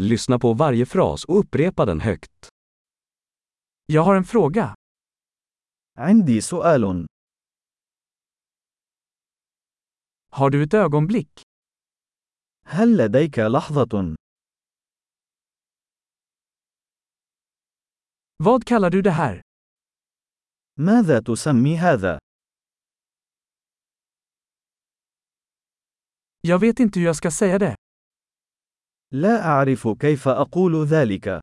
Lyssna på varje fras och upprepa den högt. Jag har en fråga. عندي سؤال. Har du ett ögonblick? هل لديك لحظة؟ Vad kallar du det här? ماذا تسمي هذا؟ Jag vet inte hur jag ska säga det. لا أعرف كيف أقول ذلك.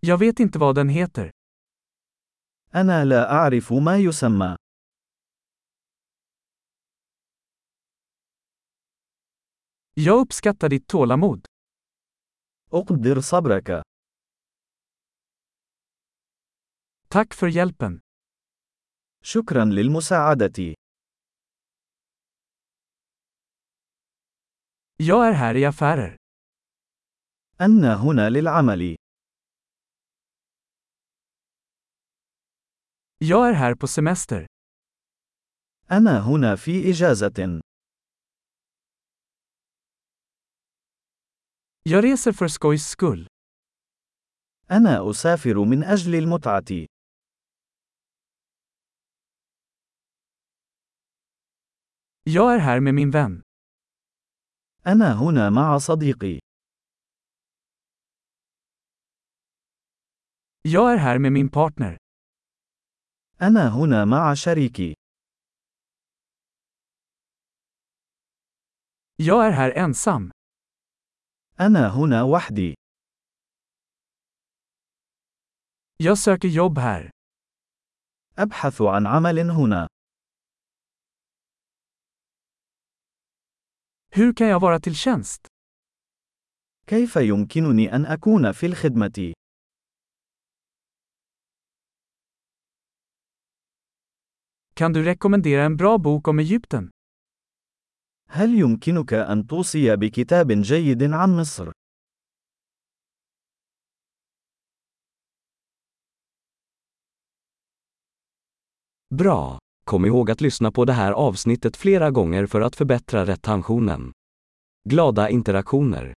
Jag vet inte vad den heter. أنا لا أعرف ما يسمى. Jag uppskattar ditt tålamod. أقدر صبرك. Tack för hjälpen. شكرا للمساعدة. Jag är här i affärer. أنا هنا للعمل. Jag är här på semester. أنا هنا في إجازة. Jag reser för skojs skull. أنا أسافر من أجل المتعة. Jag är här med min vän. أنا هنا مع صديقي. Jag är här med min partner. أنا هنا مع شريكي. Jag är här ensam. أنا هنا وحدي. Jag söker jobb här. أبحث عن عمل هنا. Hur kan jag vara till tjänst? كيف يمكنني أن أكون في الخدمة؟ Kan du rekommendera en bra bok om Egypten? هل يمكنك أن توصي بكتاب جيد عن مصر؟ Bra! Kom ihåg att lyssna på det här avsnittet flera gånger för att förbättra retentionen. Glada interaktioner!